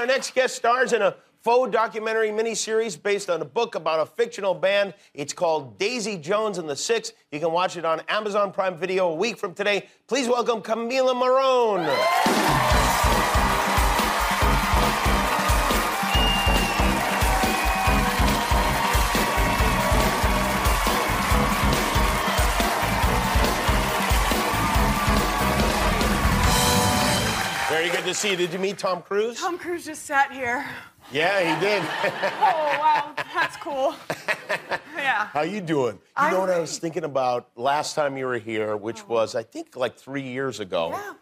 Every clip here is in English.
Our next guest stars in a faux documentary miniseries based on a book about a fictional band. It's called Daisy Jones and the Six. You can watch it on Amazon Prime Video a week from today. Please welcome Camila Marone. Very good to see you. Did you meet Tom Cruise? Tom Cruise just sat here. Yeah, he did. Oh, wow, that's cool. Yeah. How you doing? You I'm know what I was great. Uh-huh. thinking about last time you were here, which was I think like three years ago. Yeah.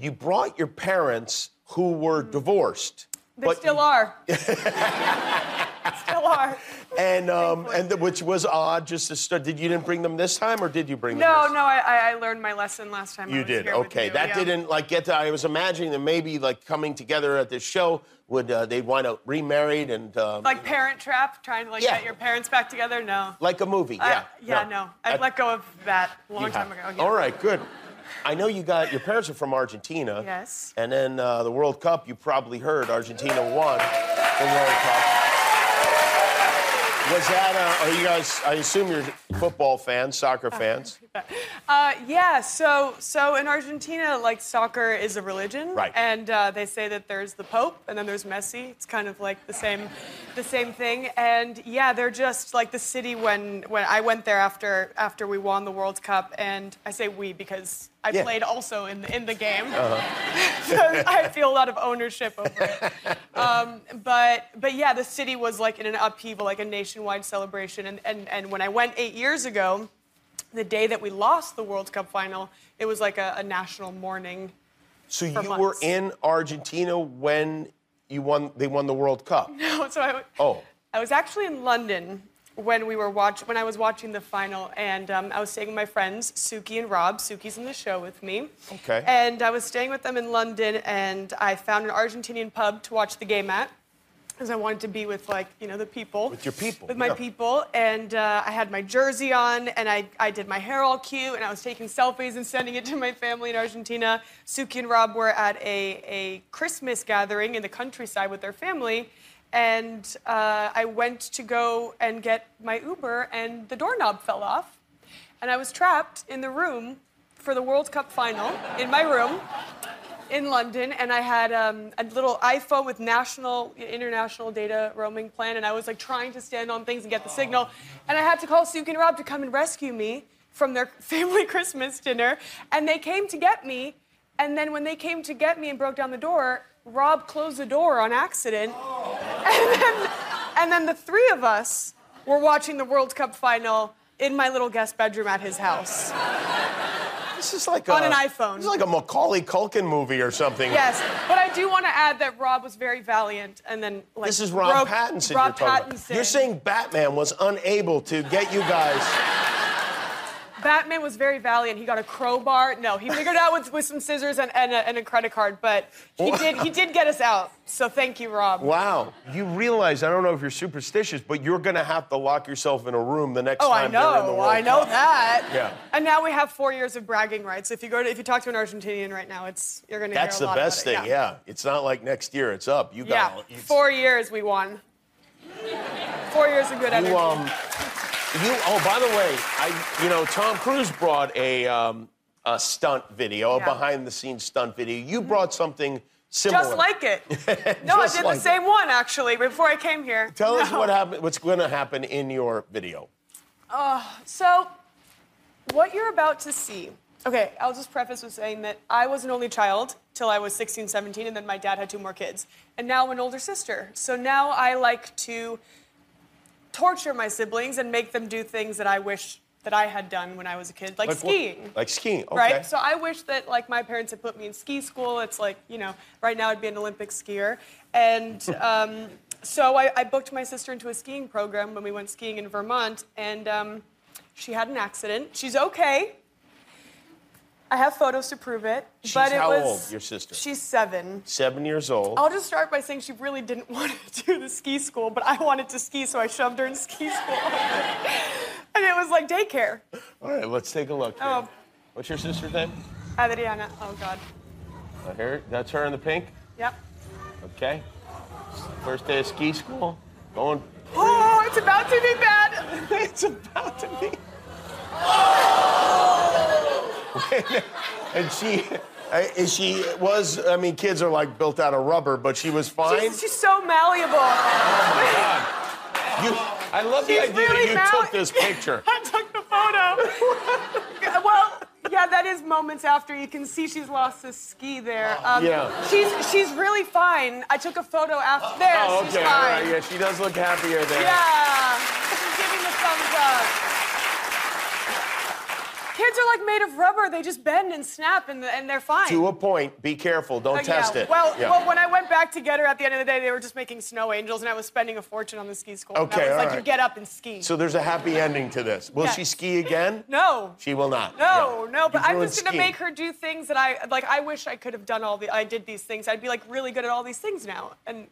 You brought your parents who were divorced. They still are. still are. And um and the, which was odd. Just to start, did you didn't bring them this time or did you bring them? No, this no, I- I, I learned my lesson last time. I You was did. here with Okay. you, That yeah. didn't like get to. I was imagining that maybe like coming together at this show would uh, they'd wind up remarried and um, Like Parent Trap, trying to like Yeah. get your parents back together. No. like a movie. I- Yeah. Uh, yeah, no. I That- let go of that a long You time ago. have. yeah. All right, good. I know you got your parents are from Argentina. Yes. And then uh, the World Cup, you probably heard Argentina won the World Cup. Was that? Uh, are you guys? I assume you're football fans, soccer fans. Uh, yeah, so so in Argentina, like soccer is a religion, Right. And uh, they say that there's the Pope, and then there's Messi. It's kind of like the same, the same thing. And yeah, they're just like the city. When when I went there after after we won the World Cup, and I say we because I Yeah. played also in the, in the game, so I feel a lot of ownership over it Um, but but yeah, the city was like in an upheaval, like a nationwide celebration. And and, and when I went eight years ago, the day that we lost the World Cup final, it was like a, a national mourning. So you For were months. in Argentina when you won. They won the World Cup. so I, Oh. I was actually in London when we were watch when I was watching the final, and um, I was staying with my friends Suki and Rob. Suki's in the show with me. Okay. And I was staying with them in London, and I found an Argentinian pub to watch the game at. Because I wanted to be with, like, you know, the people. With your people, With my yeah. people. And uh, I had my jersey on, and I, I did my hair all cute, and I was taking selfies and sending it to my family in Argentina. Suki and Rob were at a, a Christmas gathering in the countryside with their family, and uh, I went to go and get my Uber, and the doorknob fell off, and I was trapped in the room for the World Cup final in my room in London, and I had um, a little iPhone with national, international data roaming plan, and I was like trying to stand on things and get the signal, and I had to call Suki and Rob to come and rescue me from their family Christmas dinner, and they came to get me, and then when they came to get me and broke down the door, Rob closed the door on accident, and then, and then the three of us were watching the World Cup final in my little guest bedroom at his house. This is like On a, an iPhone. This is like a Macaulay Culkin movie or something. Yes, but I do want to add that Rob was very valiant, and then like This is Rob broke- Pattinson. Rob you're talking Pattinson. About. You're saying Batman was unable to get you guys. Batman was very valiant. He got a crowbar. No, he figured out with, with some scissors and, and, a, and a credit card, but he did he did get us out. So thank you, Rob. Wow. You realize, I don't know if you're superstitious, but you're going to have to lock yourself in a room the next Oh, time I they're in the know, World I know Cup. that. Yeah. And now we have four years of bragging rights. If you go to if you talk to an Argentinian right now, it's you're gonna. That's hear the a lot best about thing, it. yeah. It's not like next year, it's up. You Yeah. got it's- Four years we won. Four years of good energy. You, um, you, oh, by the way, I, you know, Tom Cruise brought a, um, a stunt video, a Yeah. behind the scenes stunt video. You brought something similar. Just like it. No, I Just did like the it. same one actually before I came here. Tell us No. what happened, what's going to happen in your video. So, what you're about to see. Okay, I'll just preface with saying that I was an only child till I was 16, 17, and then my dad had two more kids. And now I'm an older sister. So now I like to torture my siblings and make them do things that I wish that I had done when I was a kid, Like like, what- skiing. like skiing, okay. Right? So I wish that like my parents had put me in ski school. It's like, you know, right now I'd be an Olympic skier. And um, so I, I booked my sister into a skiing program when we went skiing in Vermont, and um, she had an accident. She's okay. I have photos to prove it. She's but it how was, old, your sister? She's seven. Seven years old. I'll just start by saying she really didn't want to do the ski school, but I wanted to ski, so I shoved her in ski school. and it was like daycare. All right, let's take a look. here. Oh. What's your sister's name? Adriana. Oh, God. Uh, here, that's her in the pink. Yep. Okay. First day of ski school. Going. Oh, it's about to be bad. It's about to be. and she, I- is she was. I mean, kids are like built out of rubber, but she was fine. Oh, She's, she's so malleable. You- I love the she's idea really that you mal- took this picture. I took the photo. well, yeah, that is moments after. You can see she's lost a ski there. Um, Oh, Yeah. She's she's really fine. I took a photo after. There, oh, she's okay. All fine. right. Yeah, she does look happier there. Yeah. She's giving the thumbs up. Kids are like made of rubber. They just bend and snap, and, and they're fine. To a point. Be careful. Don't But test Uh, yeah. it. Well, Yeah. well, when I went back to get her at the end of the day, they were just making snow angels, and I was spending a fortune on the ski school. And Okay, I was all like, right. you get up and ski. so there's a happy ending to this. Will Yes. she ski again? no. She will not. No, Yeah. no, but You I ruined was gonna skiing. make her do things that I like. I wish I could have done all the. I did these things. I'd be like really good at all these things now. And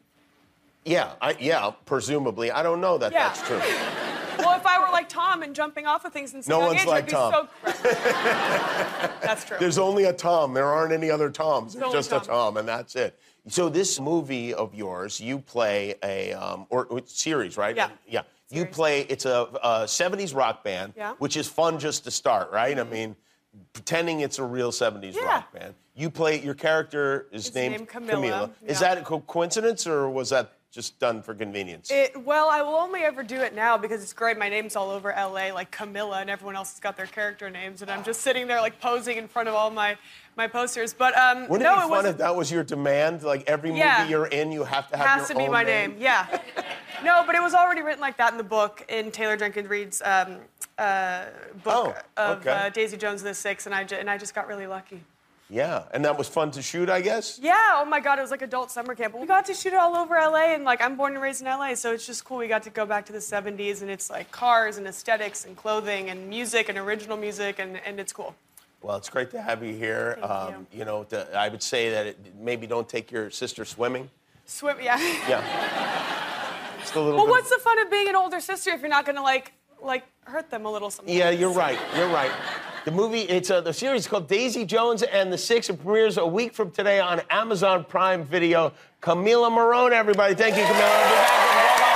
Yeah, I, yeah, presumably. I don't know that Yeah. that's true. well, if I were like Tom and jumping off of things and No young one's age, like I'd be Tom. so. Right. That's true. There's only a Tom. There aren't any other Toms. There's Only just a Tom. Tom, and that's it. So this movie of yours, you play a um, or, or series, right? Yeah. Yeah. You Series. play. It's a, a '70s rock band, Yeah. Mm-hmm. which is fun just to start, right? I mean, pretending it's a real '70s Yeah. rock band. You play. Your character is It's named, named Camilla, Is yeah. that a co- coincidence, or was that just done for convenience? It, well, I will only ever do it now because it's great. My name's all over LA, like Camilla, and everyone else has got their character names, and I'm just sitting there like posing in front of all my my posters. But um, Wouldn't no, it be fun wasn't- if that was your demand? Like every Yeah. movie you're in, you have to have has to your be own my name. Yeah. No, but it was already written like that in the book in Taylor Jenkins Reid's um, uh, book Oh, of okay. uh, Daisy Jones and the Six, and I ju- and I just got really lucky. Yeah, and that was fun to shoot, I guess. Yeah. Oh my God, it was like adult summer camp. We got to shoot it all over LA, and like I'm born and raised in LA, so it's just cool. We got to go back to the '70s, and it's like cars and aesthetics and clothing and music and original music, and and it's cool. Well, it's great to have you here. Um, Thank you. know, to, I would say that it, maybe don't take your sister swimming. Swim, yeah. Yeah. Just a little. Well, bit- what's the fun of being an older sister if you're not gonna like like hurt them a little sometimes? Yeah, you're right. You're right. The movie, it's uh, the series is called Daisy Jones and the Six. It premieres a week from today on Amazon Prime Video. Camila Marone, everybody. Thank you, Camila. We'll be back with more